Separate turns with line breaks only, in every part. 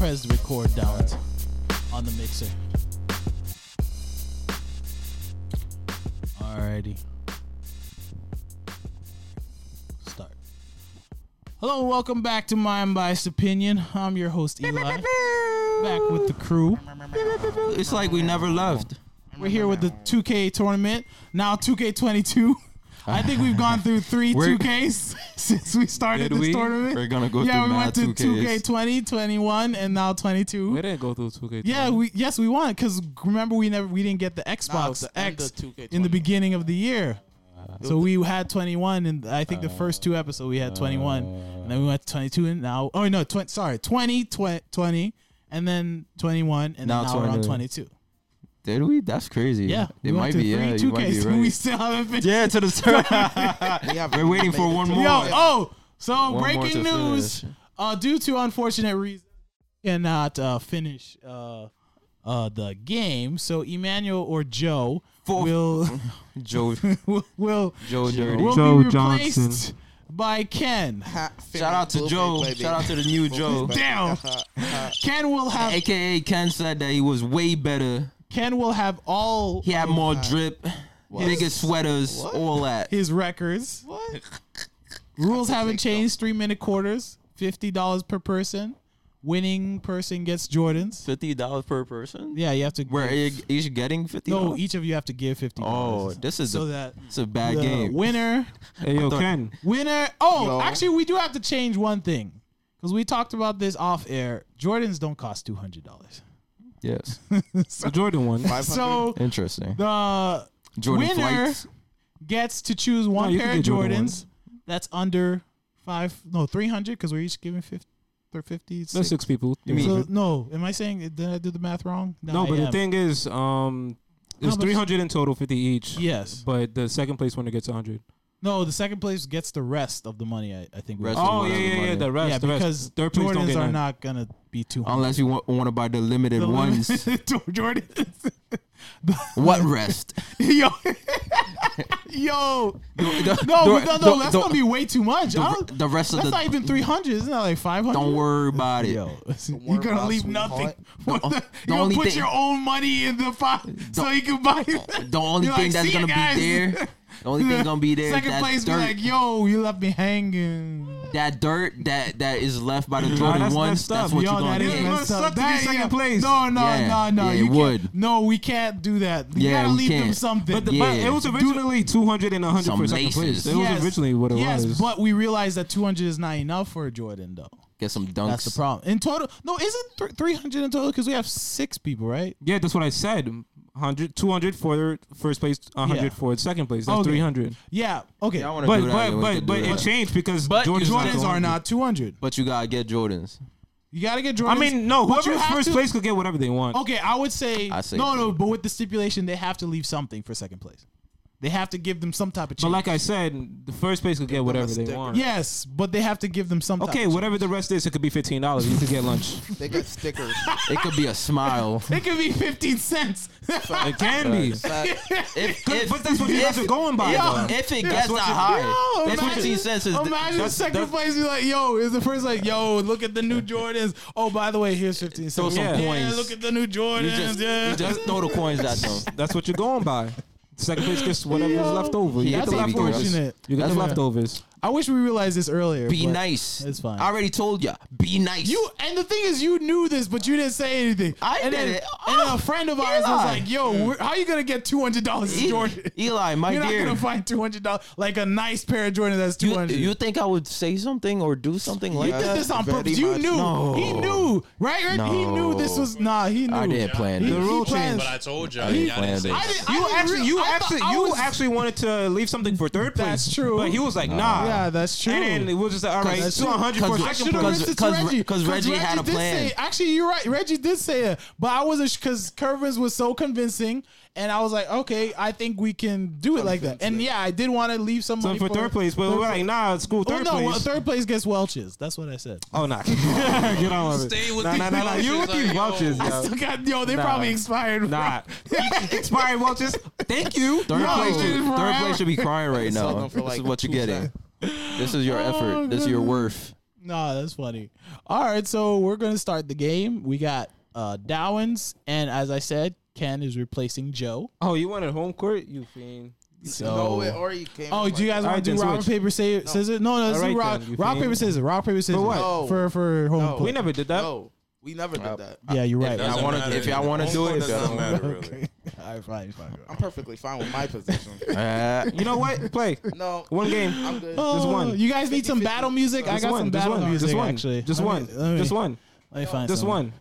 record downloads on the mixer. Alrighty. Start. Hello, and welcome back to My Unbiased Opinion. I'm your host, Eli. Back with the crew.
It's like we never left.
We're here with the 2K tournament. Now 2K22. I think we've gone through three
We're-
2Ks since we started
Did
this
we?
tournament.
We're gonna go
yeah,
through
we
mad
went to
2Ks.
2K20, 21, and now 22.
We didn't go through 2K.
Yeah,
Um,
we yes we won because remember we never we didn't get the Xbox
the end
X
of 2K20.
in the beginning of the year,
Uh,
so we had 21 and I think the first two episodes we had 21 and then we went to 22 and now oh no 20 sorry 20 tw- 20 and then 21 and
Now
now, we're on
22.
22.
Did we? That's crazy.
Yeah,
They
we
might
went to
be, yeah,
three
you might
2Ks
be
and we
right.
still haven't finished.
Yeah, to the tournament. We're waiting for one more.
Yo, oh, so
more
breaking
to
news.
finish.
Uh, due to unfortunate reasons, cannot uh, finish uh, uh, the game. So Emmanuel or Joe
For-
will
Joe,
will will,
Joe Dirty.
will
Joe
be replaced
Johnson.
by Ken.
Shout out to Joe. Shout out to the new Joe.
Damn. Ken will have
AKA Ken said that he was way better.
Ken will have all
He had more drip, bigger sweaters, all that.
his records. What? Rules haven't changed. Three minute quarters, fifty dollars per person. Winning person gets Jordans.
fifty dollars per person.
Yeah, you have to.
Where
give-
e- each getting fifty.
No, each of you have to give fifty.
Oh,
dollars.
this is
so
a,
that
it's a bad
the
game.
winner,
Hey, yo, Ken.
winner. Oh, actually, we do have to change one thing because we talked about this off air. Jordans don't cost two hundred dollars.
Yes,
The Jordan one.
So
interesting.
the
Jordan
winner
flights.
gets to choose one
you
pair
can
of
get Jordan
Jordans
ones.
that's under five, no, three hundred because we're each giving fifty or fifty.
There's six people.
You
So
mean-
no, am I saying did I do the math wrong?
no,
I
but the
am.
thing is, um, it's
No, but-
300 in total, 50 each.
Yes.
But the second place winner gets 100.
No, the second place gets the rest of the money. I, I think. we-
Rest of
Oh,
the
yeah,
money.
yeah, yeah. The rest.
yeah,
the rest.
because
Third place don't
Jordans
get
are
none.
not gonna be two hundred.
Unless you want, want to buy the limited
The
ones.
limited to Jordans.
What rest?
yo, yo,
no,
no, no, no, that's gonna be way too much. I
the,
don't,
the rest of
that's
the.
not even three hundred. Isn't that like five hundred?
don't worry about it.
Yo, you're gonna leave nothing. for the-
The- the
you're gonna
only
put
thing-
your own money in the pot so you can buy.
The only
You're
thing
like,
that's
"See ya,
gonna
guys."
be there, the only thing gonna be there, is
Second
that
place,
dirt,
be like, yo, you left me hanging.
that dirt that that is left by the Jordan
that's
ones.
messed
That's
up.
what
Yo,
you're gonna
that is
get.
messed up. to be
That-
second
yeah.
place.
No, no,
Yeah.
no, no.
Yeah,
you
it
can't-
would.
No, we can't do that. You
Yeah,
gotta
we
leave them
can't.
something.
But, the, but
Yeah.
it was originally 200 and 100
Some
for second place.
laces.
It was originally what it
yes,
was.
but we realized that 200 is not enough for a Jordan, though.
Get some dunks.
That's the problem. In total, no, isn't th- 300 in total? Because we have six people, right?
yeah, that's what I said. 100, 200 for first place, 100
Yeah.
for second place. That's
Okay.
300.
Yeah. Okay.
Yeah, I wanna
But
do that.
but
We
but
can
but
do
it
that.
changed because
But
Jordan's,
Jordan's
Jordans are not 200.
But you gotta get Jordans.
You gotta get Jordans.
I mean, no.
but you
Whoever
have
first
to-
place could get whatever they want.
Okay, I would say,
I say
no, no.
Jordan.
But with the stipulation, they have to leave something for second place. They have to give them some type of.
But
Change.
like I said, the first place could get whatever they want.
yes, but they have to give them some. type
Okay,
of
whatever the rest is, it could be fifteen dollars. You could get lunch.
They got stickers.
It could be a smile.
change. It could be 15 cents.
It can be.
if,
Could-
if-
but that's what you
if-
guys are going by.
Yo,
though.
if it gets that
what you-
high,
Yo,
that
imagine-
15 cents is
Imagine
that's-
second
that's-
place. You're like, yo, is the first like, yo, look at the new Jordans. Oh, by the way, here's 15
Throw
cents.
some
Yeah.
yeah,
coins.
look at the new
You
Jordans.
just,
yeah.
you just throw the coins at them.
That's what you're going by. Second place gets whatever is
Yo,
left over. You
that's
get the leftovers.
unfortunate.
You get
That's
the
what-
leftovers.
I wish we realized this earlier.
Be
but
nice.
It's fine.
I already told ya. Be nice.
You and the thing is, you knew this, but you didn't say anything.
I
and
did
then,
it.
And then
Oh,
a friend of ours was
Eli.
like, "Yo, we're- how you gonna get two hundred dollars in
E-
Jordan?
Eli, my
You're not
dear.
gonna find two hundred dollars like a nice pair of Jordan that's two
you,
hundred.
you think I would say something or do something like
Yeah.
did
that?
this on
Very
purpose. You
much.
knew.
No.
He knew. Right? Right? He knew this was nah. He knew.
I didn't plan
He,
it.
he
The rule
planned-
changed.
But I told you,
I didn't plan this.
I didn't- I
You
didn't
actually,
real-
you
I thought
actually,
I
you
was-
actually wanted to leave something for third place.
That's true.
But he was like, nah.
Yeah, that's true.
And then it was just like, all right,
That's
two hundred
true.
for
Cause-
second
Should've
place.
ripped it to
cause-
Reggie.
cause Reggie had a
did
plan.
Say, actually, you're right. Reggie did say it, but I wasn't because Curvins was so convincing, and I was like, okay, I think we can do it like that. And yeah, I did want to leave some
So
money
for third place, but
third
we're
place.
like, nah, it's cool.
Oh
Third
no, well,
place.
third place gets Welch's. That's what I said.
Oh nah, get on with
Stay
it.
with
Nah,
these
nah, nah, nah. You with
vouchers, like,
these
yo.
vouchers, yo.
God, yo, they
Nah.
probably expired.
Nah. Expired vouchers. Thank you.
Third,
No,
place
this
should,
is
third
forever.
place should be crying right now.
selling for
this
like
is what you're
two
Oh,
getting. This is your effort. This is your worth.
No, that's funny. All right, so we're gonna start the game. We got uh Dowins, and as I said, Ken is replacing Joe.
Oh, you wanted home court, you fiend.
So.
No way, or you came.
Oh,
in
do you
like-
guys want
Alright,
to do
then
rock
switch.
paper sa- scissors? No, no, let's do
Alright,
rock
then, you
rock
think-
paper scissors. Rock paper scissors
what?
No.
for for home
No.
play.
We never did that.
No, we never did that.
yeah, you're
It
right.
doesn't
I wanna-
matter.
if y'all wanna
Home
do
court
it,
doesn't
though.
matter really.
All right, fine, fine.
I'm perfectly fine with my position.
Uh,
You know what? Play
No,
one game.
I'm good.
Just one.
Oh, You guys need some
50-50.
battle music. I
Just
got
one.
some
Just
battle
one.
music
Just one.
actually.
Just
Let
one.
me- let me-
Just one.
Let me find
Just
some.
one.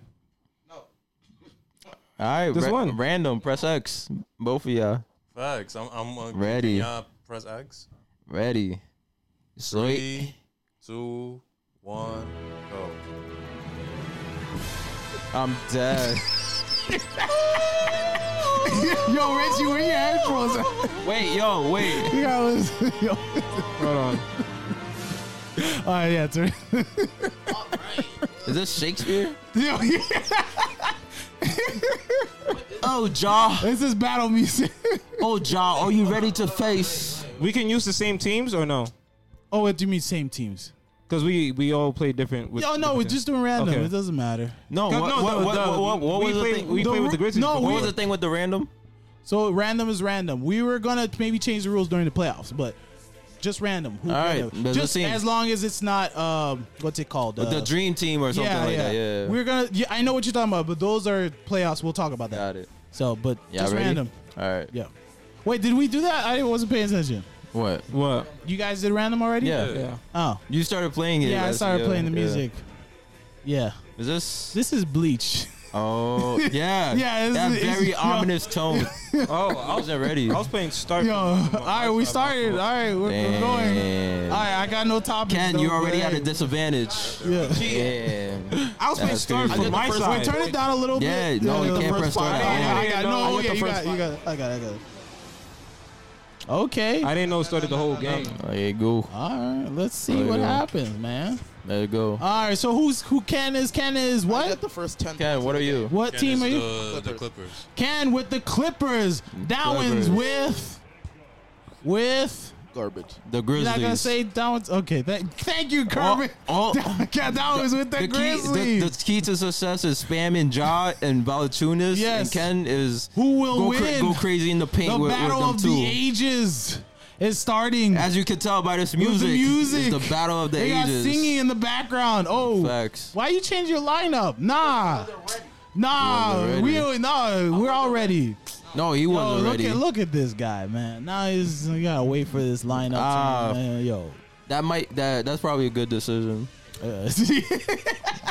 all right,
Just
ra-
one.
random. Press X. Both of y'all
Facts. I'm, I'm uh,
Ready.
can y'all press X.
ready? Sweet.
Three, two, one, go.
I'm dead.
Yo, Richie, where your headphones? at?
wait, yo, wait.
You gotta listen. Yo. All
Hold on.
right, yeah, it's
Is this Shakespeare?
Yo, yeah.
Oh, Jaw.
this is battle music.
Oh, Jaw. Are you ready to face?
We can use the same teams or no?
oh, what do you mean same teams?
Because we we all play different. With
Oh no, we're
different
just doing random.
Okay.
It doesn't matter.
No.
teams.
What,
No,
what,
the-
what,
the-
what, what,
we
was the
play,
thing?
We
The
play with the
ru-
Grizzlies.
no,
before.
what
we-
was the thing with the random?
So random is random. We were gonna maybe change the rules during the playoffs, but just random. Who,
All right,
random.
does it
just
seem-
as long as it's not um, what's it called? Uh,
the Dream Team or something like that. Yeah.
We're gonna. Yeah, I know what you're talking about, but those are playoffs. We'll talk about that.
Got it.
So, but
Y'all
just
ready?
random.
All right.
Yeah. Wait, did we do that? I wasn't paying attention.
What?
what?
You guys did random already?
Yeah.
Yeah.
Oh.
You started playing it.
Yeah, I
last-
started
yeah,
playing the
yeah.
music. Yeah.
Is this?
This is Bleach.
Oh, yeah.
Yeah, this
That
is-
very
it's-
ominous tone.
Oh, I
I
was,
wasn't ready.
I was playing start.
Yo. All right, we started. All right, we're, we're going. All
Damn.
right, I got no topics.
Ken,
though,
you're already
but
at a
hey.
disadvantage.
Yeah.
Damn.
I was playing
That's
start
crazy.
from
I
my
did the
side.
Wait, turn it down a little
Yeah,
bit.
no,
the
you can't
first
press
five.
start. out.
I
Yeah,
didn't
I got
know. I
no.
got
Yeah,
the
you
first
got, you got. I got. I got. it. Okay.
I didn't know it started the whole game.
Oh, yeah, go.
All right. Let's see
There
what
you go.
happens, man.
Let it go.
All right. So who's who? Ken is Ken is
I
what?
got the first ten.
Ken, what are you?
What
Ken
team
is
are you?
uh, The, the
Clippers.
Clippers.
Ken with the Clippers. Downs
Clippers.
with with.
Garbage.
The
You're
Grizzlies.
not gonna say Downs. Okay. Thank thank you, Kermit.
Oh, oh,
Yeah, that was with the,
the, key,
Grizzlies.
the, the key to success is spamming Ja and Valachunas.
Yes.
And Ken is
Who will
go,
win?
go crazy in the paint
The
with, with
battle
them
of
two.
the ages is starting.
As you can tell by this
With
music,
the music.
it's the battle of the
they
ages.
got singing in the background. Oh,
Facts.
why you change your lineup? Nah, nah,
wasn't
we
ready.
nah, we're all ready.
No, he
Yo,
wasn't
look
ready.
at look at this guy, man. Now he's you gotta wait for this lineup. to-
Ah.
man, yo,
That might that that's probably a good decision.
Uh,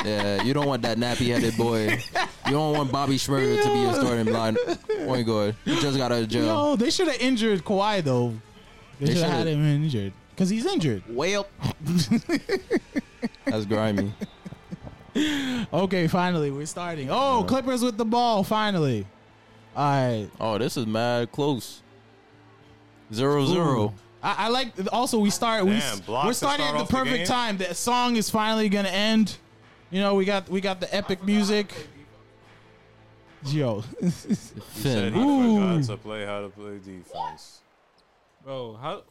Yeah, you don't want that nappy headed boy. You don't want Bobby Schmurder to be your starting line Oh, point guard. You just got out of jail.
yo, they should have injured Kawhi though. They,
They
should have had
shoulda.
him injured because he's injured.
Way up. That's grimy.
Okay, finally we're starting. Oh,
Yeah.
Clippers with the ball finally. All right.
Oh, this is mad close. Zero zero.
I, I like. Also, we start. We,
Damn, block
we're
to
starting
start
at
off
the
the
perfect
game?
time. That song is finally gonna end. You know, we got we got the epic music. Yo,
Said
Finn.
he
Ooh.
forgot to play how to play defense.
Bro, how?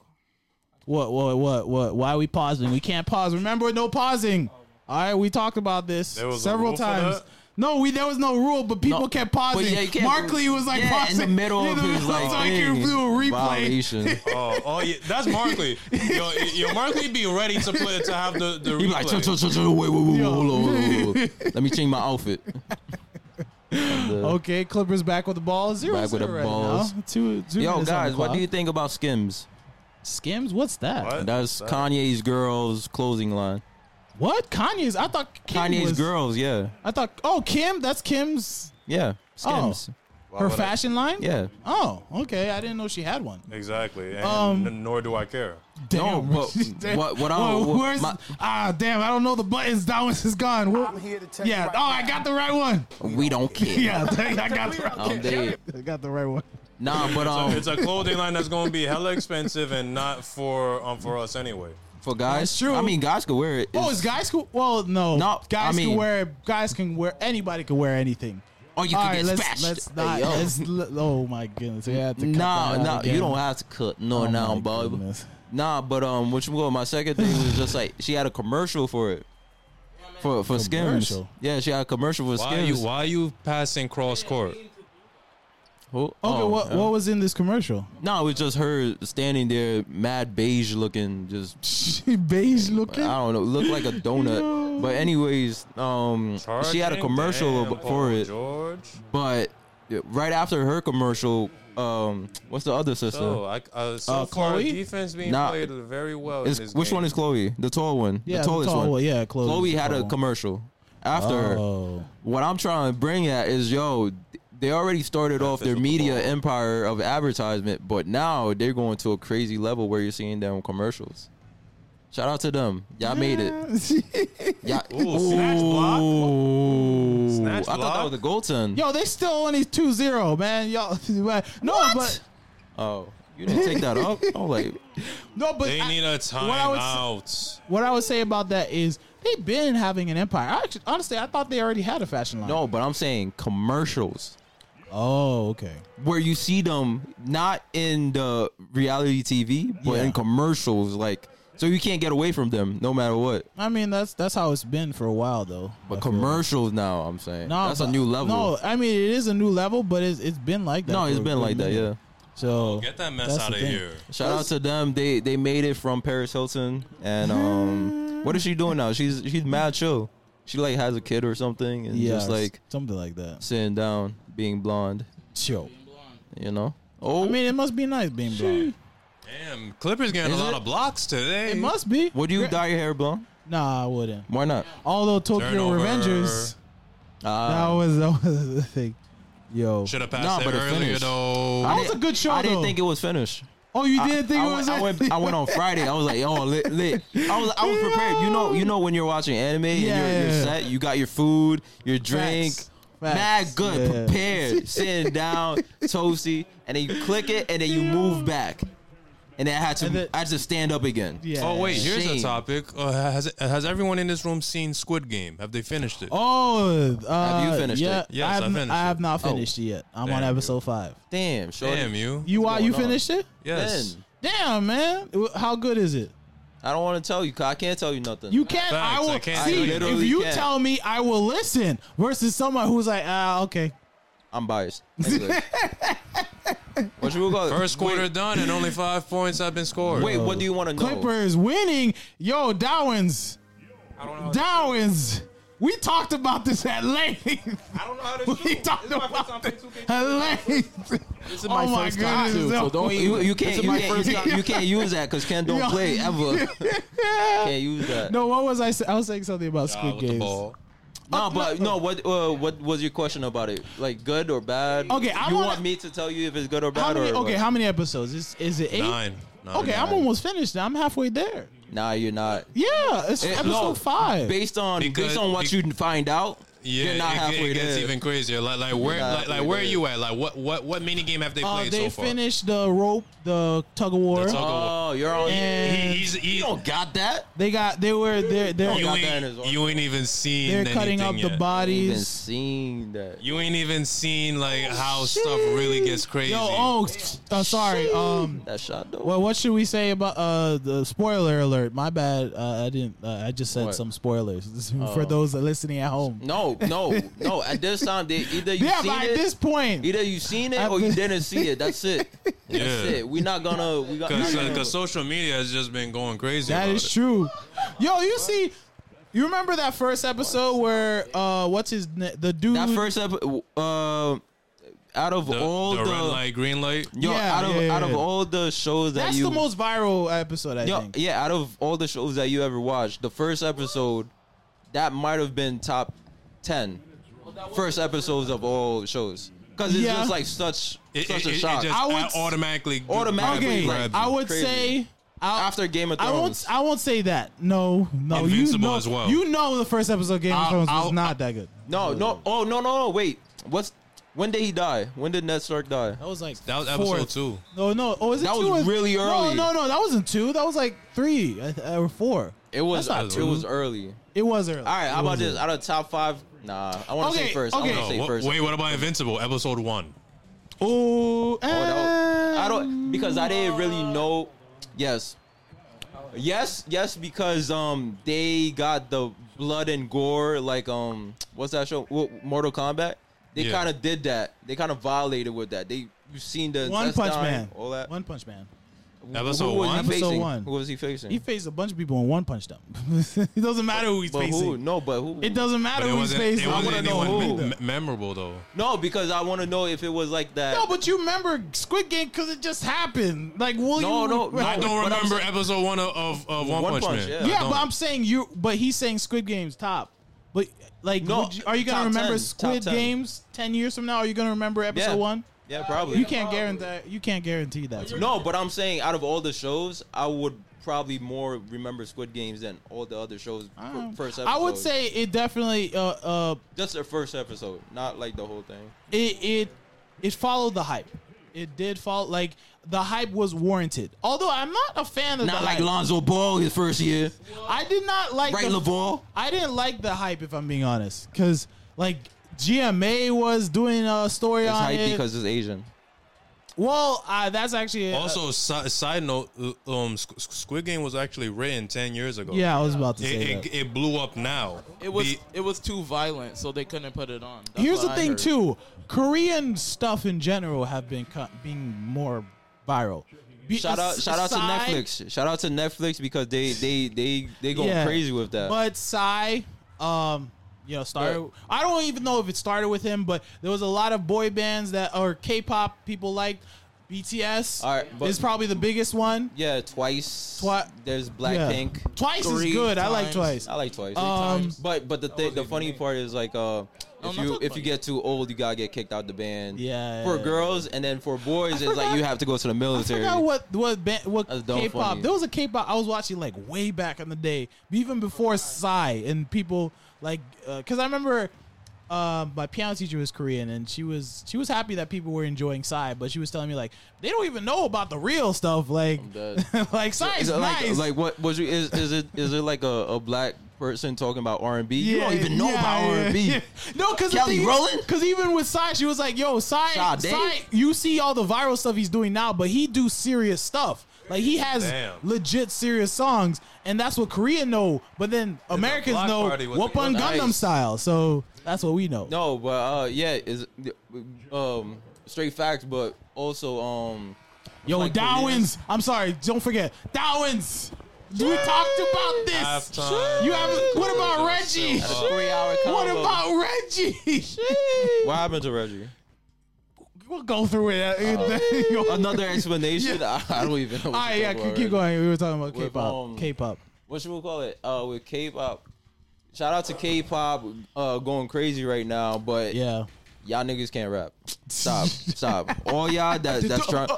what what what what? Why are we pausing? We can't pause. Remember, no pausing. All right, we talked about this
There was a
several
rule for
times.
that?
No, we there was no rule, but people
No,
kept
But
pausing.
yeah, you can't-
Markley was like
yeah,
pausing
in the middle of
the
his
middle,
like
so I can
thing.
do a replay.
violation.
Oh, oh yeah, that's Markley. Yo, yo, Markley be ready to play to have the the
He be like,
replay.
"Chill, chill, chill, chill, wait, wait, wait, wait,
Yo.
hold on, hold on, hold on. let me change my outfit." And, uh,
Okay, Clippers back with the ball. Zero
Back with
zero
the
right
balls.
now. Two, two
Yo,
minutes on the
guys, what
clock.
do you think about Skims?
Skims? What's that?
What?
That's
That-
Kanye's girls' clothing line.
What Kanye's? I thought Kim
Kanye's
was,
girls, yeah,
I thought oh Kim, that's Kim's
yeah. Skims,
Oh.
Why
her
would I-
fashion line.
yeah.
Oh, okay. I didn't know she had one.
Exactly. And
Um,
n- nor do I care.
No, but
Damn.
what- what I-
Whoa,
what
where's
my-
ah damn? I don't know the buttons. That one's is gone. Where-
I'm here to tell you
yeah.
right
oh, I got the right one.
We don't care.
Yeah, I got the right.
I'm dead.
I got the right one.
Nah, but um,
It's a clothing line that's gonna be hella expensive and not for um for us anyway.
for guys,
That's true.
I mean, guys could wear it.
Oh, is guys cool? Well, no.
No,
guys
I
can
mean-
wear. Guys can wear. Anybody can wear anything.
oh, you could
All right,
get
let's
smashed.
let's not.
yo.
let's, let- oh my goodness, we had to cut
Nah,
that out
nah,
again.
you don't have to cut. No,
Oh
nah,
my
Bob.
goodness.
Nah, but um, which well, my second thing was just like she had a commercial for it. for for Skims.
Commercial.
Yeah, she had a commercial for
Why are you
Skims.
why are you passing cross court?
Who-
Okay,
oh,
what
yeah.
what was in this commercial?
No, it was just her standing there, mad beige looking, just
She beige looking.
I don't know, looked like a donut.
Yo.
But anyways, um, she had a commercial
Damn,
for
Paul
it,
George.
but right after her commercial, um, what's the other sister?
So, I, uh, so
Uh,
far,
Chloe?
defense being
Nah.
played very well.
It's-
in this
which
game.
one is Chloe? The tall one,
yeah,
the tallest
tall
one.
Yeah, Chloe.
Chloe
the
had
tall
a
one.
commercial after her.
Oh.
what I'm trying to bring at is yo, they already started off their
physical
media
ball.
empire of advertisement, but now they're going to a crazy level where you're seeing them commercials. Shout out to them. Y'all made it. Y'all,
Ooh, snatch block.
Ooh. I
Snatch
thought that
block?
was a goalton.
Yo, they still only 2-0, man. Y'all, no, but
Oh, you didn't take that up? I'm like,
no, but
They
I-
need a
I would s-
timeout.
what I would say about that is they've been having an empire. I actually, honestly, I thought they already had a fashion line.
no, but I'm saying commercials
Oh, okay.
where you see them not in the reality TV, but
Yeah.
in commercials. Like, so you can't get away from them no matter what.
I mean, that's that's how it's been for a while though. I
But
feel.
commercials now, I'm saying.
No,
That's a
but-
new level.
No, I mean it is a new level, but it's it's been like that.
No, it's
for a
been
good
like that,
minute.
yeah.
So
Get that mess
that's
out
the
of
thing.
here.
Shout out to them. They they made it from Paris Hilton and
Mm.
um what is she doing now? She's she's mad chill. She like has a kid or something and
Yeah,
just like
something like that.
sitting down, being blonde,
Chill.
you know? Oh
I mean, it must be nice being blonde.
Damn, Clippers getting
Is
a lot
it?
of blocks today.
It must be.
would you
Gra-
dye your hair blonde?
Nah, I wouldn't.
Why not?
Although Tokyo
Turnover.
Revengers, that
Uh,
was that was the thing. Yo,
Should have passed
Nah,
it
but it
earlier
finished.
though.
That
I
was
didn't-
a good show,
I didn't
though.
think it was finished.
oh, you
I-
didn't think
I,
it was
I went, I went on Friday. I was like, yo, lit, lit. I was, I was prepared. You know, you know when you're watching anime
Yeah,
and you're,
yeah,
you're
yeah.
set, you got your food, your drink,
Facts. Facts.
mad good,
Yeah.
prepared, sitting down, toasty, and then you click it, and then you move back, and then I had to,
And then-
I had to stand up again.
Yeah.
Oh wait, here's
Shame.
a topic. Uh, has has everyone in this room seen Squid Game? Have they finished it?
Oh, uh,
Have you finished
yeah,
it? Oh.
Yes,
I have,
I
n-
finished
I
it.
have not finished it yet. I'm on
Damn,
episode five.
Damn, shorty.
Damn you.
You are
going
you
on?
finished it?
Yes.
Ben,
Damn, man. Wh- How good is it?
I don't want to tell you. 'cause I can't tell you nothing.
You can't. I
Facts,
will
I can't
see.
do that.
If
Literally
you
can't.
tell me, I will listen. Versus someone who's like, ah, okay.
I'm biased. Anyway. what you call it?
First quarter done and only five points have been scored.
Wait, what do you want to know?
Clippers winning. Yo, Dowins.
I don't know.
Dowins. We talked about this at length.
I don't know how to
we talked about this at length.
This is
Oh
my,
my
first time
goodness,
too, so
yo.
don't
You,
even.
you can't you can't, you, can't, you can't use that because Ken don't
Yo.
play ever. can't use that. No,
No, what was I? Say? I was saying something about Squid
with the
Games.
ball.
but no. What uh, what was your question about it? Like good or bad?
Okay, I
you
wanna-
want me to tell you if it's good or bad?
How many?
or
Okay,
what?
how many episodes? Is is it eight?
Nine. Nine.
Okay, I'm almost finished. now. I'm halfway there.
nah, you're not.
Yeah, it's
Eh,
episode
no,
five.
Based on
Because-
based on what
be-
you find out,
Yeah,
you're not
it,
halfway
it gets
there.
even crazier. Like, like where,
not
like, like
halfway
where are
there.
you at? Like, what, what, what mini game have they
Uh,
played
they
so far?
finished the rope, the tug of war.
The tug of-
oh, you're on.
He,
and
he's, he,
you
you,
don't got that.
they got they were they're they're,
got that in his
ain't,
arm.
you ain't even seen.
they're cutting up
anything
the
yet.
Even
bodies.
seen that.
You ain't even seen like how stuff really gets crazy.
Oh, Yo, oh, uh, sorry. Um,
That shot though.
well, what should we say about uh the spoiler alert? My bad. Uh, I didn't. Uh, I just said
What? Oh.
some spoilers for those that are listening at home.
No, no, no. At this time, they, either you
Yeah,
seen
but
it,
at this point,
Either you seen it
I-
or you didn't see it. That's it. That's
Yeah.
it. We're not gonna. We got.
Because uh, social media has just been going crazy.
That
about
is
it.
true. Yo, you see, you remember that first episode where uh, what's his na- the dude?
that first ep- uh, out of
The,
all
the
the,
red light, green light.
yo,
Yeah,
out of
yeah, yeah,
out of
yeah.
all the shows that
that's
you,
the most viral episode, I
yo,
think.
yeah, out of all the shows that you ever watched, the first episode that might have been top ten first episodes of all shows because it's
Yeah.
just like such
It,
such
it-
a
it
shock.
just
I would-
a- automatically
Automatically,
Okay,
like,
I would
crazy.
say. I'll,
After Game of
I
Thrones,
won't. I won't say that. No, no.
Invincible
you know,
as well.
You know, the first episode of Game of
I'll-
Thrones was
I'll-
not that good.
no, no, oh no, no, no, wait, what's when did he die? When did Ned Stark die?
That was like
That was
fourth.
episode two.
No, no. Oh, is it
That
two
was
or-
really early.
No, no, no. That wasn't two. That was like three I th- or four.
It was
That's not
it
two.
was early.
It was early.
All right, how about this? Out of top five, nah. I want to
Okay,
say first.
okay.
I
No,
want to say
wha-
first.
wait, what about Invincible? Episode one.
Oh,
Oh, that was- I don't because I didn't really know. Yes, Yes, yes, because um they got the blood and gore like um what's that show? Wo- Mortal Kombat. They
Yeah.
kind of did that. They kind of violated with that. They you've seen the
One
intestine,
Punch Man.
all that.
One Punch Man.
Who-
Episode
who was
one?
he
Episode
facing?
one.
Who was he facing?
He faced a bunch of people and one punched them. it doesn't matter who he's
but
facing.
who? No, but who?
It doesn't
But
matter
it
who he's
wasn't, it
facing. I
wasn't
want to know
anyone
who.
me- memorable though.
No, because I want to know if it was like that.
No, but you remember Squid Game because it just happened. Like, will
No,
you?
no, no.
I
But
don't
I'm
remember episode one of, of, of One, Punch, Man.
yeah.
I
Yeah,
don't.
but I'm saying you. But he's saying Squid Game's top. But like,
No,
would you- are you gonna
top
remember
10,
Squid
top 10.
Games ten years from now? Are you gonna remember episode
Yeah.
one?
yeah, probably.
You can't guarantee. You can't guarantee that.
No, but I'm saying out of all the shows, I would probably more remember Squid Games than all the other shows. fir-
Um,
First episode.
I would say it definitely. Uh, uh,
just the first episode, not like the whole thing.
it it it followed the hype. It did follow. Like the hype was warranted. Although I'm not a fan of the hype.
Lonzo Ball his first year,
I did not like the- I didn't like the hype, if I'm being honest, because like GMA was doing a story
It's
on
hype
it.
because it's Asian.
well, uh, that's actually uh,
Also, si- side note, uh, um, Squ- Squid Game was actually written ten years ago.
yeah, I was about to
it
say
it,
that.
it blew up now.
It was
Be-
it was too violent, so they couldn't put it on. That's
Here's
what
the
I
thing,
heard.
too. Korean stuff in general have been co- being more viral. Be-
Shout out, shout out to
aside-
Netflix. Shout out to Netflix because they they they they going
Yeah.
crazy with that.
But Psy, um, you know, started.
But-
I don't even know if it started with him, but there was a lot of boy bands that or K-pop people liked. BTS
All right, but-
is probably the biggest one.
yeah, twice.
Twi-
There's
Yeah.
Blackpink.
Twice is
Three
good. I like
times.
Twice.
I like twice.
Um,
but but the thi- the funny part is like uh, if
not
you
so
if
funny.
you get too old, you gotta get kicked out the band.
Yeah,
For
yeah,
girls, and then for boys, it's
forgot-
like you have to go to the
I
military.
forgot what what ba- what
That's dumb
K-pop.
funny.
There was a K-pop I was watching like way back in the day, even before Psy and people like because I remember uh, my piano teacher was Korean and she was she was happy that people were enjoying Psy, but she was telling me like they don't even know about the real stuff like
dead.
like Psy is
Is it like
nice.
like what was you is is it is it like a, a black person talking about R and B? You
Yeah,
don't even know
yeah,
about
yeah,
R and
yeah.
B.
No, because
Kelly Rowland?
Because even with Psy, she was like, "Yo, Psy,
Sade?
Psy, you see all the viral stuff he's doing now, but he do serious stuff. Like he has
Damn.
legit serious songs, and that's what Korean know. But then Americans
block
know
party was
Wapun
the-
Gundam
Nice.
style, so that's what we know.
No, but uh, yeah, is um straight facts, but also um
Yo,
like
Dowins, I'm sorry, don't forget Dowins. We talked about this.
Halftime.
You have what about
Still
Reggie?
up.
three hour
What about Reggie?
what happened to Reggie?
We'll go through it.
Another explanation? I, I don't even know. What
All right,
to
yeah,
talk
keep, keep
about already.
going. We were talking about
With,
K-pop.
um,
K-pop.
what should we call it? Uh, with K-pop. Shout out to K-pop, uh, going crazy right now. But
Yeah.
y'all niggas can't rap. Stop, stop. All y'all that that's trying.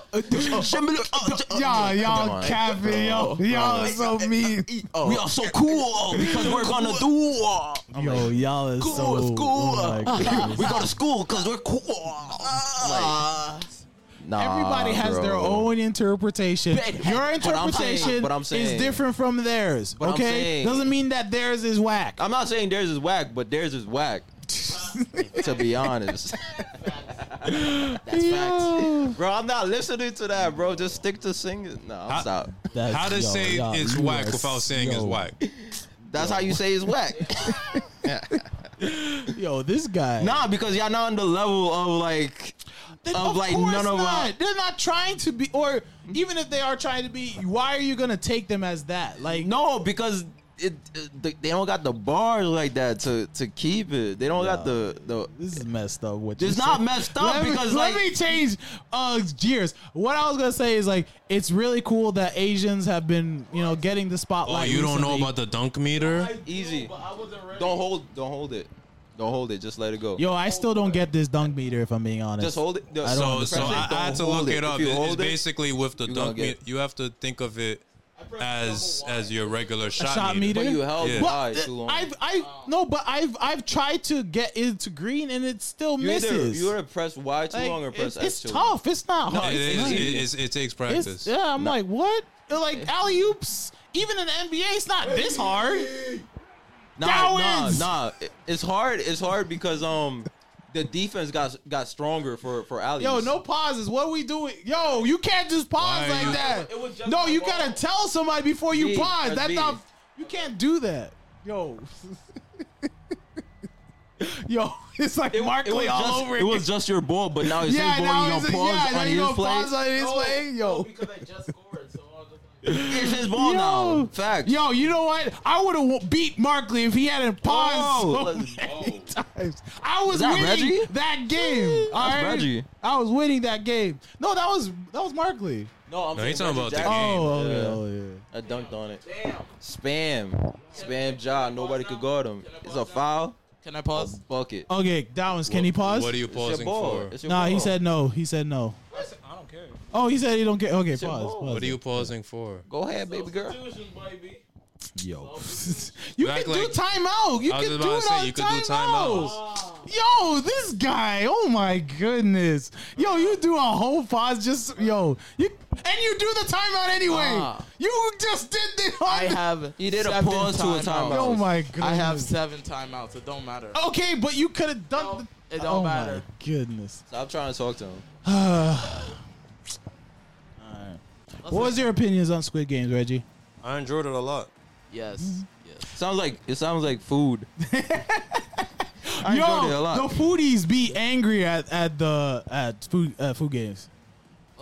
Y'all, y'all
Oh, on.
capping, yo, y'all are so mean.
We are so cool because we're gonna do.
Yo, y'all is so.
school.
oh my goodness.
go to school because we're cool. nah,
Everybody has
bro.
their own interpretation. Your
but I'm saying-
interpretation
but I'm
is
saying-
different from theirs.
But I'm
okay,
saying-
doesn't mean that theirs is whack.
I'm not saying theirs is whack, but theirs is whack. to be honest,
That's facts.
bro, I'm not listening to that, bro. Just stick to singing. Nah, I'm
How-
stop.
How to say it's whack without saying it's whack?
That's how you say it's whack.
Yo, this guy.
nah, because y'all not on the level of like
Then
of, like,
course
none of
not.
our-
They're not trying to be, or even if they are trying to be, why are you gonna take them as that? Like,
No, because it, it- they- they don't got the bars like that to to keep it. They don't got
Yeah.
the the.
This is messed up. What you
It's
said.
not messed up
let me,
because
let
like
me change uh gears. What I was gonna say is like it's really cool that Asians have been you know getting the
Oh,
spotlight.
you don't know
recently.
about the dunk meter?
easy. Don't hold. Don't hold it. Don't hold it. Just let it go.
Yo, I still don't get this dunk meter if I'm being honest.
just hold it.
I don't
So, so I, I had to look it up.
If you
It-
hold
it's
it,
basically with the
you gonna
dunk
get
meter.
it.
You have to think of it as as your regular shot,
shot
meter.
meter?
but you held
Yeah.
it high
But
too long.
I've I no, but I've I've tried to get into green and it still
you either
misses.
you either press Y too
Like,
long or
it's,
press
it's
X too long.
tough. It's not hard.
It,
It's
is,
easy.
it, is, it takes
It's-
practice.
yeah, I'm like, what? They're like alley oops. Even in the NBA, it's not this hard.
Nah, nah,
Downs!
nah. It- It's hard. It's hard because um. the defense got got stronger for for Alex.
Yo, no pauses. What we doing? Yo, you can't just pause
Why
like
you-
that.
It was just
no,
the
you
ball.
gotta tell somebody before you
Beat.
pause.
That's
That's
beat.
not. You can't do that. Yo. Yo, it's like
It,
Markley
it was
all
just,
over.
it was just your ball, but now it's
yeah,
his ball.
now
you
he's
gonna pause
yeah, now
on
you
his
gonna
play.
pause on his play.
No,
Yo,
because I just scored, so I was just like,
It's his ball
Yo.
now. Fact.
yo, you know what? I would have beat Markley if he hadn't paused
Oh,
so
let's-
many times. I was
that
winning
Reggie?
that game. all right?
Reggie.
I was winning that game. No, that was that was Markley.
No, I'm
No, he's
saying
talking
Reggie
about the
Jackson.
game.
Oh,
Yeah.
okay, oh yeah.
I dunked on it.
damn.
Spam. Spam job. Nobody could guard him. It's a foul.
Can I pause?
Bucket.
Okay, Downs, can he pause?
What are you
It's your
pausing
ball.
for?
It's your
nah, he
ball.
said no. He said no.
I don't care.
Oh, he said he don't get. Okay,
your
pause.
ball.
pause.
What are you pausing for?
Go ahead, baby girl.
Substitutions, baby.
Yo, you
Back
can do
like-
timeout. You
I
can
was
do it
about to say,
on
you could do
timeout. Yo, this guy. Oh my goodness. Yo, you do a whole pause just yo. You and you do the timeout anyway.
Ah.
you just did this. On
I have.
He did a
seven
pause to a timeout.
Oh my goodness.
I have seven timeouts. It don't matter.
Okay, but you could have done.
No,
the-
it don't
oh
matter.
my goodness.
Stop trying to talk to him.
Let's
What
look-
was your opinions on Squid Games, Reggie?
I enjoyed it a lot.
Yes. Yes.
Sounds like it sounds like food. I
Yo,
enjoyed it a lot.
the foodies be angry at at the at food uh, food games.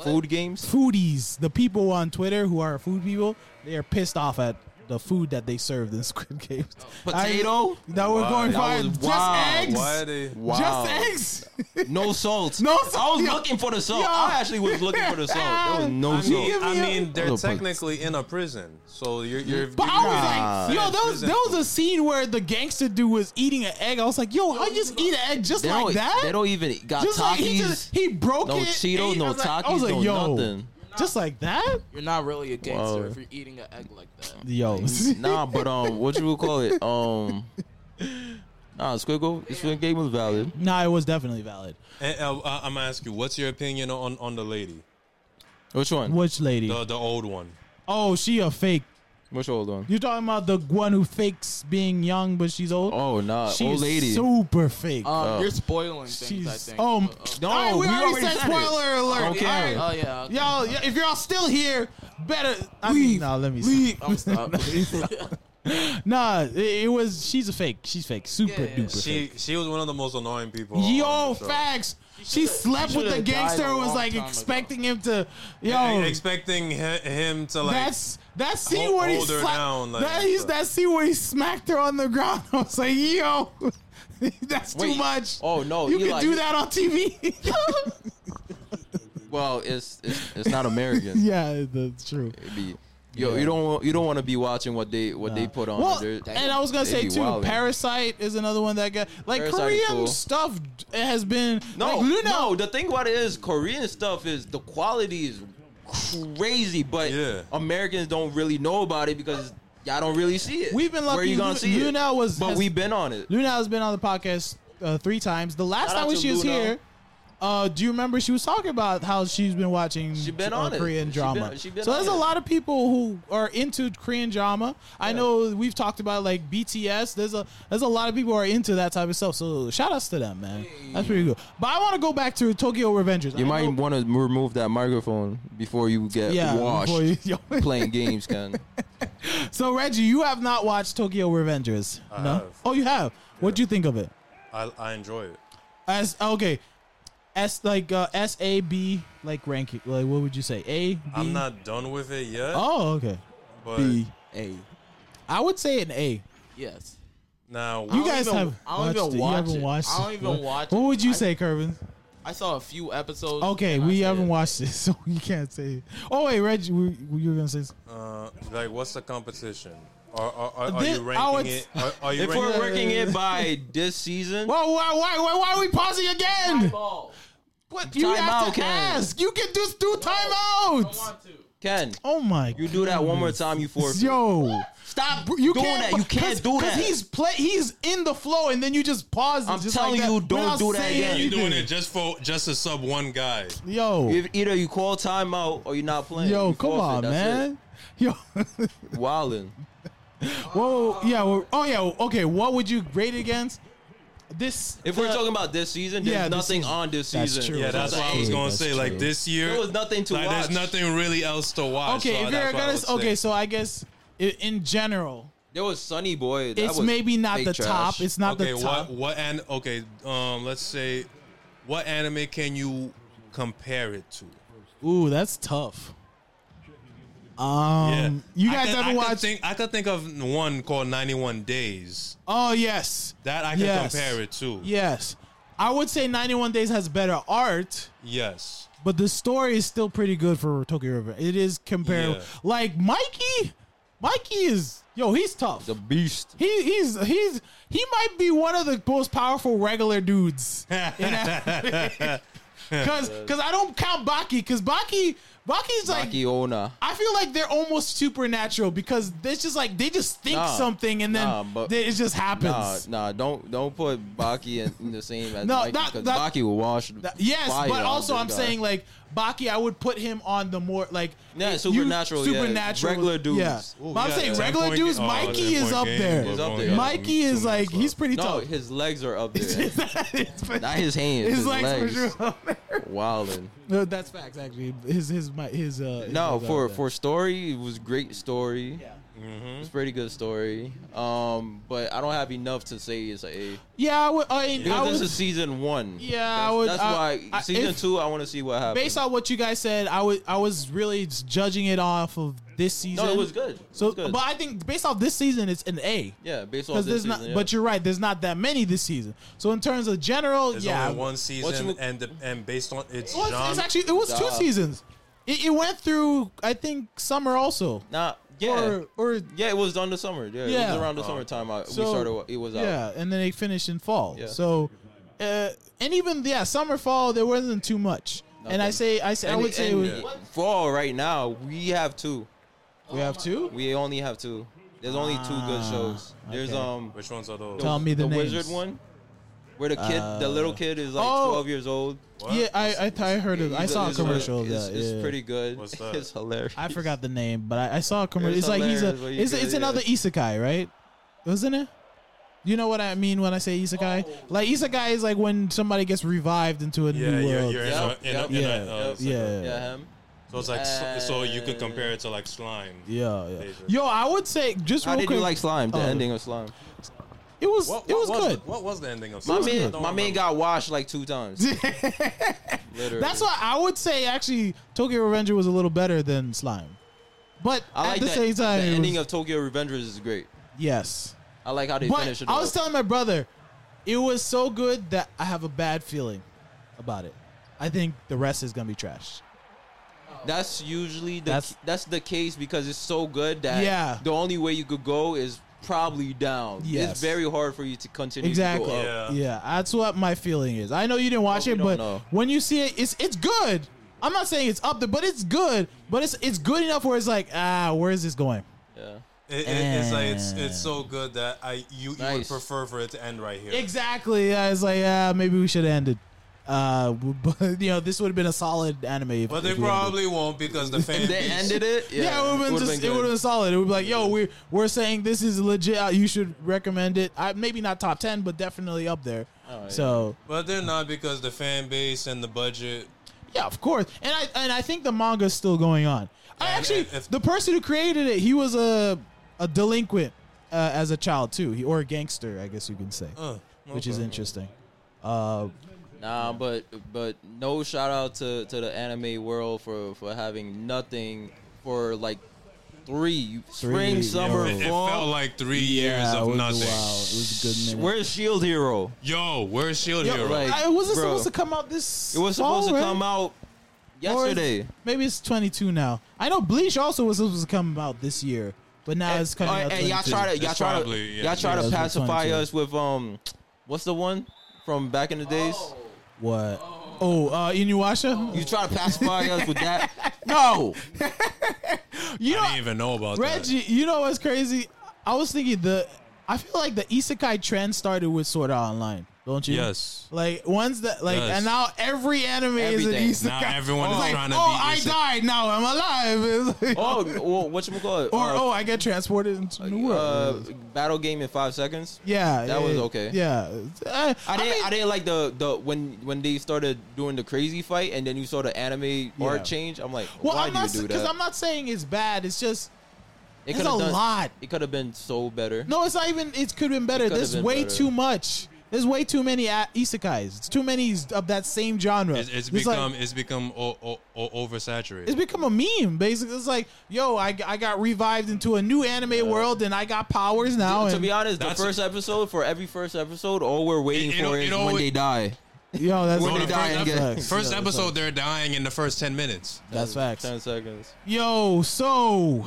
food games.
Foodies, the people on Twitter who are food people, they are pissed off at the food that they served in Squid Games.
Potato?
I, that we're
Wow.
going
That
for
was
just
wild.
eggs.
Why are they?
Wow.
Just eggs.
No salt.
No
I
salt,
was
yo.
looking for the salt.
Yo.
I actually was looking for the salt. There was no
I
salt.
mean,
Give
I
me a-
mean they're
Little puck.
technically in a prison, so you're. you're
but I was like,
Nah.
yo, there was there was a scene where the gangster dude was eating an egg. I was like, yo, how you just eat an egg just
they
like
don't, e-,
that?
They don't even got
just
Takis.
like he just he broke
no
it.
Cheetos,
ate- I
no
was like- I
Takis,
was like,
no
yo,
nothing.
just like that.
You're not really a gangster
Wow.
if you're eating an egg like
Um,
that.
Yo,
Nah, but um, what you would call it? Um, nah, Squiggle. Squid Game was valid.
nah, it was definitely valid.
And, uh, I- I'm gonna ask you, what's your opinion on on the lady,
Which one?
Which lady?
the the old one?
Oh, she a fake.
Which old one?
You're talking about the one who fakes being young, but she's old.
Oh nah,
she's
old lady.
super fake.
Um,
Oh.
You're spoiling things, I
she's
think.
um.
But, okay.
No,
All right, we,
we
already,
already
said
said it.
spoiler alert.
Don't care.
All right.
Oh, yeah. Okay.
Y'all, y- if y'all still here, better I leave. Nah, let me leave.
I'm stopped.
Nah, it, it was. She's a fake. She's fake. Super
Yeah, yeah.
duper.
She Oh, she was one of the most annoying people. on
Yo,
the show.
facts. She slept
she
with the
should've died
gangster.
a
who Was
long
like
time ago.
expecting him to. Yo,
E, expecting hi- him to like.
That's that scene
Hold-
where he
hold her
slapped.
down, like,
that, he's,
uh,
that scene where he smacked her on the ground. I was like, yo, that's too
Wait.
much.
Oh no,
you
he
can
like,
do that on TV.
Well, it's it's, it's not American.
yeah, that's true.
It'd be- Yo, you don't want- you don't want to be watching what they what they put on.
Well,
They're-
and I was gonna
they
say
be
too,
wildin'.
Parasite is another one that got like
Parasite
Korean
is cool.
stuff has been
No,
like, Luna.
no. The thing about it is Korean stuff is the quality is crazy, but
Yeah.
Americans don't really know about it because y'all don't really see it.
We've been lucky.
Where you gonna
Lu-
see
Luna
it?
was-
but
has-
we've been on it.
Luna has been on the podcast uh, three times. The last
Shout out
time when
to
she was
Luna.
here, uh, do you remember she was talking about how she's been watching
She been
uh,
on it.
Korean
She
drama?
been- she been
so
on
there's a
it.
lot of people who are into Korean drama. I know we've talked about like BTS. There's a there's a lot of people who are into that type of stuff. So shout outs to them, man. That's pretty good. But I want to go back to Tokyo Revengers.
You
I
might
know-
want to remove that microphone before you get
yeah.
washed
before you- yo.
playing games, Ken.
so Reggie, you have not watched Tokyo Revengers,
I
no?
have.
Oh, you have. What'd you think of it?
I I enjoy it.
As okay, S like uh, S A B like ranking. Like what would you say? A B.
I'm not done with it yet.
Oh, okay.
but
B.
hey,
I would say an A.
yes.
now
You
don't
guys
even-
have.
I don't
watched
even
it. You haven't
watch it.
watched.
I don't even
What-
watch
What
it.
would you
I-
say, Kervin?
I saw a few episodes.
Okay,
and I
we
said-
haven't watched it, so we can't say. It. Oh wait, Reggie, we, we- you were gonna say. something.
uh, like what's the competition? Are are, are, are
This- oh,
you ranking
it's-
it? Are, are you
if we're
ranking?
working it by this season,
Whoa, why, why, why, why are we pausing again?
Ball.
What you
Time
have
out,
to
Ken.
ask? You can just do
I
timeouts.
want to.
Ken,
Oh my.
you do that one more time, you forfeit.
Yo,
Stop
you
doing
can't
that. You can't do that.
Because he's play, he's in the flow, and then you just pause. it
I'm
just
telling
like that
you, don't
without
do that
saying
again.
You're doing
anything.
it just for just to sub one guy.
Yo,
If either you call timeout or you're not playing.
yo,
You
come on,
forfeit. That's
man. Yo,
It. Wildin'.
whoa, yeah, well, oh yeah, okay. What would you grade it against? this.
If
the-
we're talking about this season, there's
Yeah, this
nothing
season.
on this
That's
season.
true.
Yeah, that's
That's
what I was
true,
gonna
that's
say. Like
true.
this year,
There was nothing to
like,
watch.
there's nothing really else to watch.
okay,
so
if
that's
you're
what I
gonna
would
okay,
say.
so I guess i- in general,
There was Sunny Boy. That
it's
was
maybe not
fake
the
trash.
top. It's not
okay,
the top.
what what and okay, um, let's say, what anime can you compare it to?
Ooh, that's tough. Um, you
I
guys
could- I
ever
could
watch?
Think, I could think of one called 91 Days.
oh yes,
That I can
Yes.
compare it to.
yes. I would say 91 Days has better art,
Yes.
but the story is still pretty good for Tokyo River. It is comparable.
Yeah.
Like Mikey, Mikey is yo, he's tough.
The beast.
He he's he's he might be one of the most powerful regular dudes. Because because I don't count Baki because Baki Baki's like
Maki Ona.
I feel like they're almost supernatural because it's just like they just think
Nah.
something and then
Nah, but-
they- it just happens.
Nah, nah, don't don't put Baki in, in the same as
No,
Mikey
that-
'cause
that-
Baki will wash. the
That- yes,
fire
but
out
also
this
I'm
guy.
saying like Baki, I would put him on the more like
Yeah,
you-
supernatural, yeah,
supernatural,
regular dudes.
Yeah,
Ooh,
but I'm
Yeah,
saying
10
regular
point-
dudes.
oh,
Mikey
10
is
point
up
game,
there.
but
He's up
one
there.
game,
Mikey
two
is like
minutes
he's
left.
pretty
no,
tough.
his legs are up there,
It's-
not his hands.
His
his
legs, for
legs.
sure.
Wildin.
No, that's facts. Actually, his his my his uh. his brother
No, for
out there.
for story, it was great story.
Yeah. Mm-hmm.
It was pretty good story. Um, but I don't have enough to say it's a A.
yeah, I would. I, mean, I
Because
would
this is season one.
Yeah,
that's,
I would-
That's
I-
why
I-
season
if-
two. I want to see what happens.
based on what you guys said. I was I was really just judging it off of this season.
no, it was good. it
So,
was good.
but I think based off this season, it's an A.
yeah, based on
Because
this
there's
season.
not,
yeah.
but you're right. There's not that many this season. So in terms of general,
There's
yeah,
only one season,
you-
and the, and based on its
It was-
genre,
it's actually it was two
Nah.
seasons. It, it went through I think summer also,
nah, yeah,
or or
yeah, it was on the summer. Yeah, it
Yeah.
was around the summertime. I,
So-
we started. It was out.
yeah, and then they finished in fall.
Yeah.
So, uh, and even yeah, summer fall there wasn't too much. And I
Nothing.
say I say I
And-
would say it
and
was,
fall right now. We have two.
we have two.
We only have two. There's only two good shows. There's
Ah, okay.
um
which ones are those?
Tell me the names.
wizard one, where the kid, the little kid, is like
oh.
12 years old.
What?
Yeah, I I, I heard of. I
He's
saw a
he's
commercial. of
It's,
that,
it's
yeah.
pretty good.
What's that?
It's hilarious.
I forgot the name, but I, I saw a commercial.
It's
It's like he's a.
hilarious what you
It's,
did,
it's
yeah.
another isekai, right? Wasn't it? You know what I mean when I say isekai? Like isekai is like when somebody gets revived into a
yeah,
new
you're,
world.
you're in
Yep,
a, in a,
yep,
in a,
yeah,
uh, it's like
yeah. Uh,
a-
Yeah, him.
so it's like so, so you could compare it to like slime.
yeah, yeah.
Basically.
Yo, I would say just
How
real
did
quick.
you like slime? The
Oh.
ending of slime.
it was
What,
it was
what
good.
What was the ending of
My
slime? I
man,
don't
my man
remember.
got washed like two times. Literally.
That's why I would say actually Tokyo Revenger was a little better than Slime, but
I
at
like
the
that.
same time,
the
it
ending
was-
of Tokyo Revengers is great.
yes.
I like how they
But
finish it.
I was
off.
telling my brother, it was so good that I have a bad feeling about it. I think the rest is gonna be trash.
that's usually the
That's-
that's, the case because it's so good that
Yeah.
the only way you could go is probably down.
Yes.
It's very hard for you to continue.
Exactly.
To go up.
yeah.
Yeah.
that's what my feeling is. I know you didn't watch
Oh, we
it,
don't
but
know.
when you see it, it's it's good. I'm not saying it's up there, but it's good. But it's it's good enough where it's like, ah, where is this going?
Yeah.
It, it, it's like it's it's so good that I you, you would
Nice.
prefer for it to end right here.
Exactly. Yeah, it's like, ah, maybe we should have ended. Uh, but you know, this would have been a solid anime. If,
But
if
they
we ended.
probably won't because the fan
If they ended it, yeah,
Yeah, it would have been
would've
just,
been
it would
good.
have been solid. It would be like, yo, we're we're saying this is legit. uh, You should recommend it. I maybe not top ten, but definitely up there.
yeah.
So
But they're not because the fan base and the budget.
yeah, of course. And I and I think the manga is still going on. I
And
actually,
if-
the person who created it, he was a a delinquent uh, as a child too, he, or a gangster, I guess you can say,
Uh,
which is interesting.
Nah, but but no shout out to, to the anime world for, for having nothing for like three, spring,
Three,
summer,
yo.
it, it felt
fall.
like three years
Yeah, it
of
was
nothing.
wild. It was a good. Minute.
Where's Shield E Hero?
Yo, where's Shield
Yo,
Hero?
like,
I- was it
bro.
supposed to come out this?
It was
fall,
supposed to
right?
come out
Or
yesterday.
it's- maybe it's 22 now. I know Bleach also was supposed to come out this year, but now it's coming
Oh,
out.
and y'all
22.
try to y'all
It's
try to
probably, yeah.
y'all try
Yeah,
to
it's
pacify
22.
us with um, what's the one from back in the days?
what? Oh, uh, Inuyasha.
You try to pacify us with that? No,
You
I
know,
didn't even know about
Reggie. You know what's crazy? I was thinking the. I feel like the isekai trend started with Sword Art Online. don't you?
Yes.
Like ones that like,
Yes.
and now every anime
Everything.
is an isekai.
Now everyone
It's
is
like,
trying to
oh,
be
I
ise-
died. Now I'm alive. It's like-
Oh, well, what you call it?
or oh, I get transported into the new
uh,
world.
battle game in five seconds.
yeah,
that
yeah,
was okay.
Yeah, Uh,
I
I
didn't.
mean,
I didn't like the the when when they started doing the crazy fight, and then you saw the anime art change. I'm like,
well,
why
I'm
do
not
you do
because
that?
I'm not saying it's bad. It's just
it
it's a
could've done-
lot.
It could have been so better.
No, it's not even. It could have been better.
could've
There's
been
way
better.
too much. There's way too many a- isekais. It's too many of that same genre.
It's, it's
like-
become it's become o- o- o- oversaturated.
it's become a meme. Basically, it's like, yo, I, I got revived into a new anime world, and I got powers now.
to
and,
be honest, the
That's-
first episode for every first episode, all we're waiting
It- it al-
for is
it
when
always-
they die.
yo, that's
When
No,
they
the
die and
first ep-
get-
facts.
First
Yeah, that's
episode, they're dying in the first ten minutes.
That's facts.
Ten seconds.
Yo, so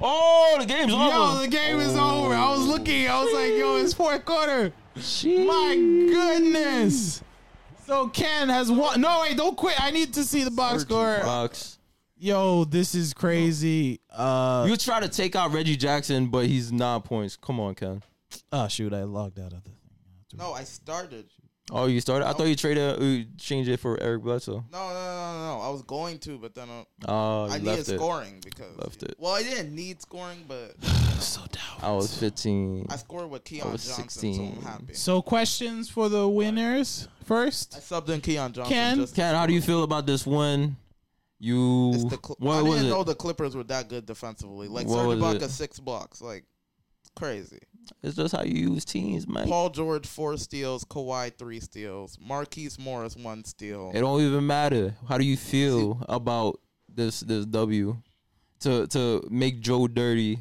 Oh, the game's
yo, the game is over. I was looking. I was like, yo, it's fourth quarter. My goodness. So Ken has won. No, wait, don't quit. I need to see the box score.
Bucks.
Yo, this is crazy. Uh,
You try to take out Reggie Jackson, but he's nine points. Come on, Ken.
oh shoot, I logged out of the.
No, I started.
Oh, you started. I thought you traded. uh, You changed it for Eric Bledsoe.
No, no, no, no, no. I was going to, but then uh,
Oh, you
I needed
left it.
scoring because.
Left it.
Well, I didn't need scoring, but
So down.
I was fifteen.
I scored with Keon
was
Johnson,
16.
so I'm happy.
So questions for the winners
I
first.
subbed in Keon Johnson.
Ken?
just
Ken, how do you feel about this one? You
It's the Cl- I
what
didn't
was it?
know the Clippers were that good defensively. Like
What
Serge
was
Ibaka
it?
six blocks, like it's crazy.
it's just how you use teams, man.
Paul George four steals, Kawhi three steals, Marquise Morris one steal.
It don't even matter. How do you feel about this this W? To to make Joe dirty,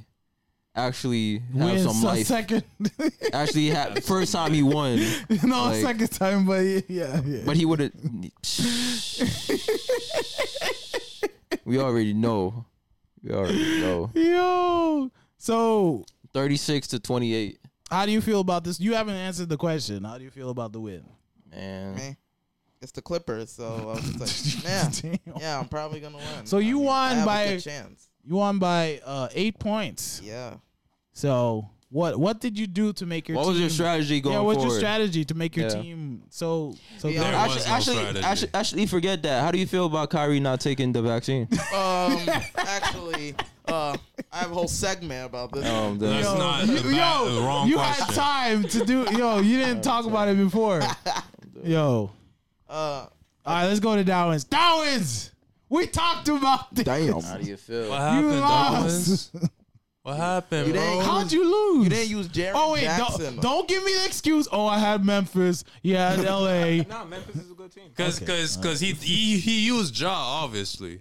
actually have
Wins
some
a
life.
second.
actually, have, first time he won,
no,
Like-
second time, but yeah, yeah.
but he would have. we already know. We already know.
Yo. So
Thirty six to twenty eight,
How do you feel about this? You haven't answered the question. How do you feel about the win?
man.
Man, it's the Clippers, so I was just like, man,
Damn.
yeah, I'm probably gonna win.
So you
I
won
have
by
a good chance.
you won by uh, eight points.
Yeah,
So what what did you do to make your
What
team?
was your strategy going
yeah, what's
forward?
your strategy to make your
Yeah.
team so so
Yeah.
good?
There
was no
actually, actually,
strategy.
actually, actually, forget that. How do you feel about Kyrie not taking the vaccine?
um, actually, uh, I have a whole segment about this.
Um, the-
That's not the,
you,
bad-
yo,
the wrong
you
question.
had time to do yo, you didn't talk about it before. yo.
Uh,
All right, let's go to Darwin's. Darwin's! We talked about this.
How do you feel?
What happened,
lost.
Douglas? What happened,
You
bro?
didn't-
How'd you lose?
you didn't use Jared
Oh wait,
Jackson.
don't, don't give me the excuse. Oh, I had Memphis. Yeah, I had L.A.
Nah, Memphis is a good team.
Because because he, he he used Ja obviously.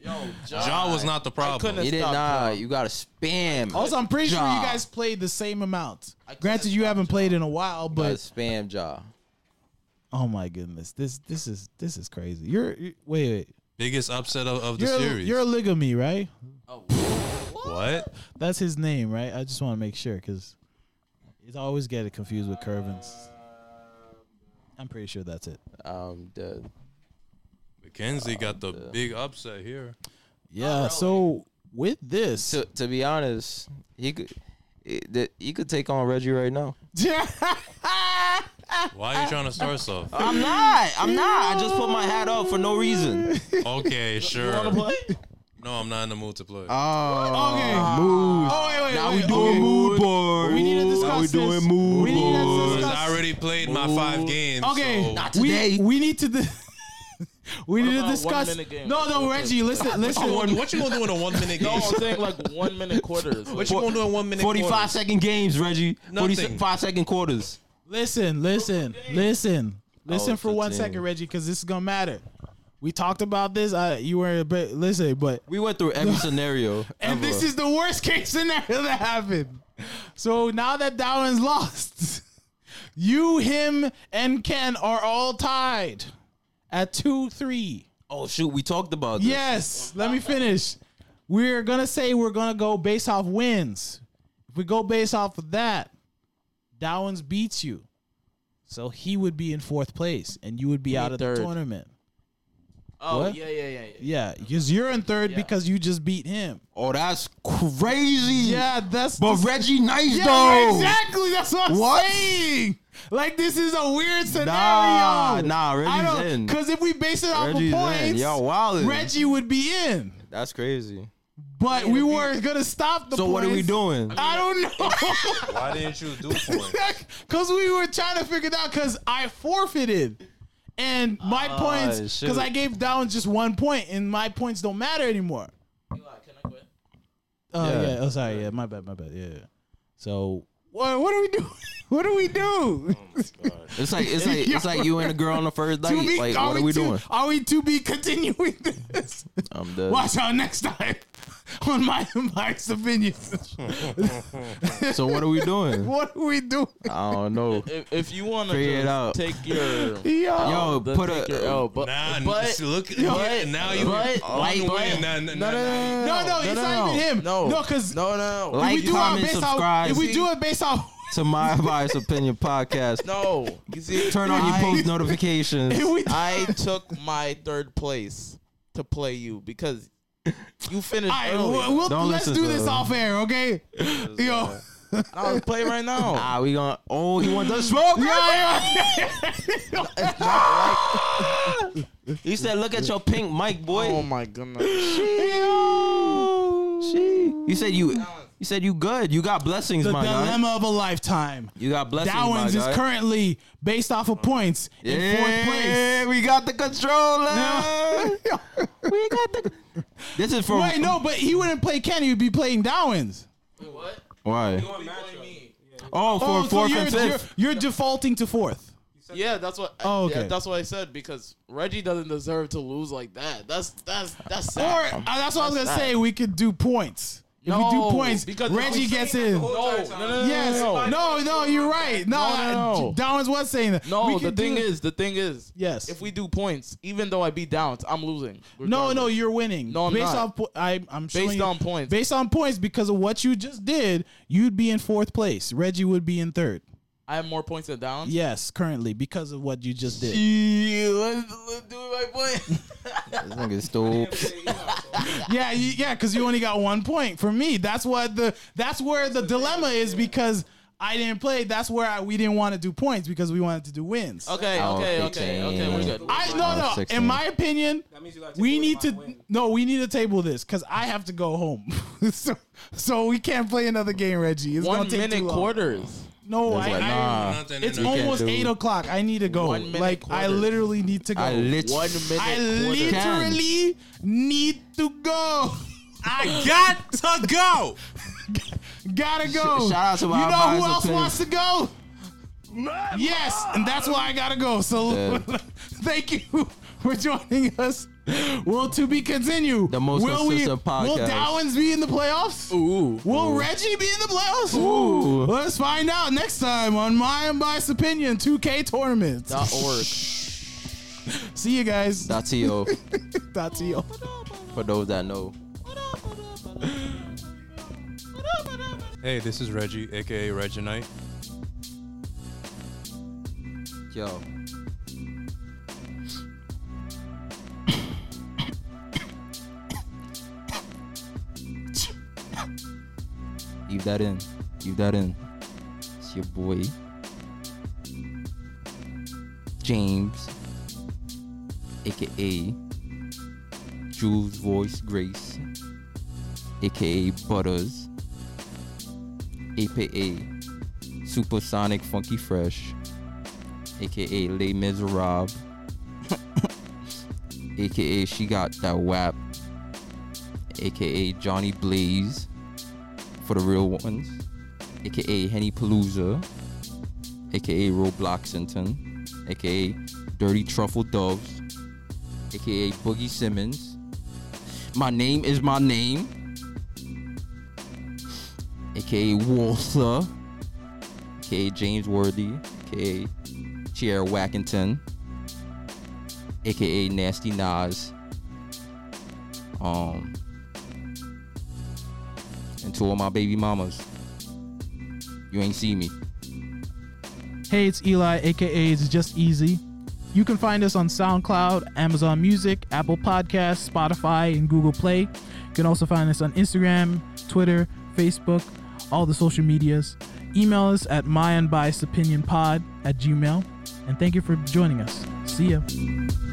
ja, was not the problem.
You did
Stop,
not.
bro.
You got to spam.
Also, I'm pretty sure
Ja.
you guys played the same amount.
couldn't
Granted, you
stop
haven't played in a while,
You gotta
but
spam jaw.
oh my goodness, this this is this is crazy. You're you- wait, wait.
Biggest upset of, of the
You're
series.
you're a ligamy, right?
what?
That's his name, right? I just want to make sure because I always get it confused with Curvins. I'm pretty sure that's it.
I'm dead.
McKenzie got the big upset here.
Yeah. So with this,
To to be honest, he could it- that- he could take on Reggie right now.
Why are you trying to start stuff?
I'm not. I'm not. I just put my hat up for no reason.
Okay, sure.
play? Uh,
No, I'm not in the mood to play.
okay.
Mood.
Oh wait, wait,
Now
wait.
we doing
okay.
mood board.
We need to discuss
Now we
this.
doing mood
We need to
board.
discuss-
I already played my five games.
Okay,
so-
today.
We, we need to. di- we need to
about
discuss.
one-minute games?
No, no, Reggie, listen, listen.
Oh, one- what you gonna do in a one minute game?
No,
Oh.
I'm saying like one minute quarters.
What you gonna do in one minute? quarters?
45 second games, Reggie.
Nothing.
45 second quarters.
Listen, listen, listen, listen
Oh,
for one
fifteen.
second, Reggie, because this is gonna matter. We talked about this. I, you were a bit listen, but
We went through every scenario.
and
ever.
this is the worst case scenario that happened. So now that Darwin's lost, you, him, and Ken are all tied at two, three.
Oh shoot, we talked about this.
Yes, let me finish. We're gonna say we're gonna go based off wins. If we go based off of that, Downs beats you, so he would be in fourth place, and you would be out of
third.
the tournament.
Oh
What?
yeah, yeah, yeah, yeah.
Yeah, because you're in third because you just beat him.
Oh, that's crazy.
Yeah, that's
Reggie nice
yeah, exactly. That's what I'm
What?
saying. Like this is a weird scenario.
Nah, nah,
I
Reggie's
don't
in.
because if we base it off
Reggie's
of
in.
points,
Y'all wildin'.
Reggie would be in.
That's crazy.
But we were gonna stop the.
So what are we
points.
doing?
I don't know.
Why didn't you do points?
Because we were trying to figure it out because I forfeited. And my points, because
Ah, shoot.
I gave down just one point, and my points don't matter anymore. Oh yeah.
Yeah.
Oh sorry. Yeah. My bad. My bad. Yeah. So what? What do we do? what do we do?
It's like it's like it's like you and a girl on the first
To
date.
be-
Like what are we
to,
doing?
Are we to be continuing this?
I'm dead.
Watch out next time on my Mike's opinions.
So what are we doing?
what are we doing?
I don't know.
If, if you want
Figure it
to
out.
take your
Yo.
Yo,
then
put
take your
a
L, but
Nah,
but
but, look.
but-
now you
but-
one
but-
win. Nah, nah,
No,
nah,
no,
nah.
No, no, it's not even him.
No.
no, because
no, no, no,
Like,
if we do
comment,
our based
subscribe.
off, if we do it based off,
to my advice opinion podcast.
no. You see,
Turn on your
I-
post notifications.
if we,
I took my third place to play you because you finished
I,
early.
we'll, we'll-
Don't
let's
listen
do
to
this
him.
off air, okay? Yo,
I was playing right now.
Ah, we gonna. Oh, he want the smoke. He said, "Look at your pink mic,
Oh
boy."
my goodness!
You said you. You said you good. You got blessings,
the
my guy.
dilemma of a lifetime.
You got blessings,
Dowens
my guy.
is currently based off of points in fourth
Yeah,
place.
we got the controller. we got the. This is from
Wait, no, but he wouldn't play Kenny; he'd be playing Dowens.
why? Oh, for
Oh, so
fourth
you're,
and
you're,
fifth.
you're defaulting to fourth.
yeah, that's what.
Oh,
yeah,
okay.
that's what I said because Reggie doesn't deserve to lose like that. That's that's that's
Or
sad.
uh, that's what I was gonna say. We could do points. If we do
No,
points,
because-
Reggie gets in.
no, no, no, no,
Yes.
no,
No, no, you're right. No,
No, no, no.
I- Downs was saying that.
oh. no.
We
the
could
thing
do-
is, the thing is,
Yes.
If we do points, even though I beat Downs, I'm losing.
no, no,
regardless.
you're winning.
No, I'm
based
not.
off, po- I, I'm showing
Based
you-
on points.
Based on points, because of what you just did, you'd be in fourth place. Reggie would be in third.
I have more points than Downs.
Yes, currently because of what you just did.
Yeah, let's, let's do it by point.
This nigga stupid.
Yeah, you, yeah, because you only got one point for me. That's what the that's where the dilemma is because I didn't play. That's where I, we didn't want to do points because we wanted to do wins.
Okay,
Oh,
okay, okay,
fifteen.
okay. We're good.
I no no.
Six
In
then.
my opinion, we need to no. We need to table this because I have to go home. so, so we can't play another game, Reggie. It's
One
gonna take
minute
too long.
quarters.
No, I,
like,
I-
nah.
Nothing,
it's
no, no.
almost
do-
eight o'clock. I need to go.
One minute
Like I
quarters.
literally need to go.
I lit.
One minute.
I
quarters.
literally need to go. I got to go. gotta go.
Sh- shout out to my
You know who
advisor,
else
please.
wants to go? Yes, and that's why I gotta go. So
Yeah.
thank you for joining us. Will to be continued.
The most
will
consistent
Will
podcast.
Dowens be in the playoffs?
Ooh.
Will Reggie be in the playoffs?
Ooh.
Let's find out next time on My Unbiased Opinion 2K Tournament.
Dot org.
See you guys.
That's yo.
Tatio.
For those that know.
Hey, this is Reggie, aka Reginite.
Yo. Leave that in. Leave that in. It's your boy. James. AKA Jules Voice Grace. AKA Butters. AKA Supersonic Funky Fresh aka Les Miserables, aka She Got That Wap, aka Johnny Blaze, for the real ones, aka Henny Palooza, aka Robloxington, aka Dirty Truffle Doves, aka Boogie Simmons. My name is my name, aka Walther, aka James Worthy, aka Chair Wackington, aka Nasty Nas. Um, and to all my baby mamas, you ain't see me.
Hey, it's Eli, aka It's Just Easy. You can find us on SoundCloud, Amazon Music, Apple Podcasts, Spotify, and Google Play. You can also find us on Instagram, Twitter, Facebook, all the social medias. Email us at myunbiasedopinionpod at gmail. And thank you for joining us. See ya.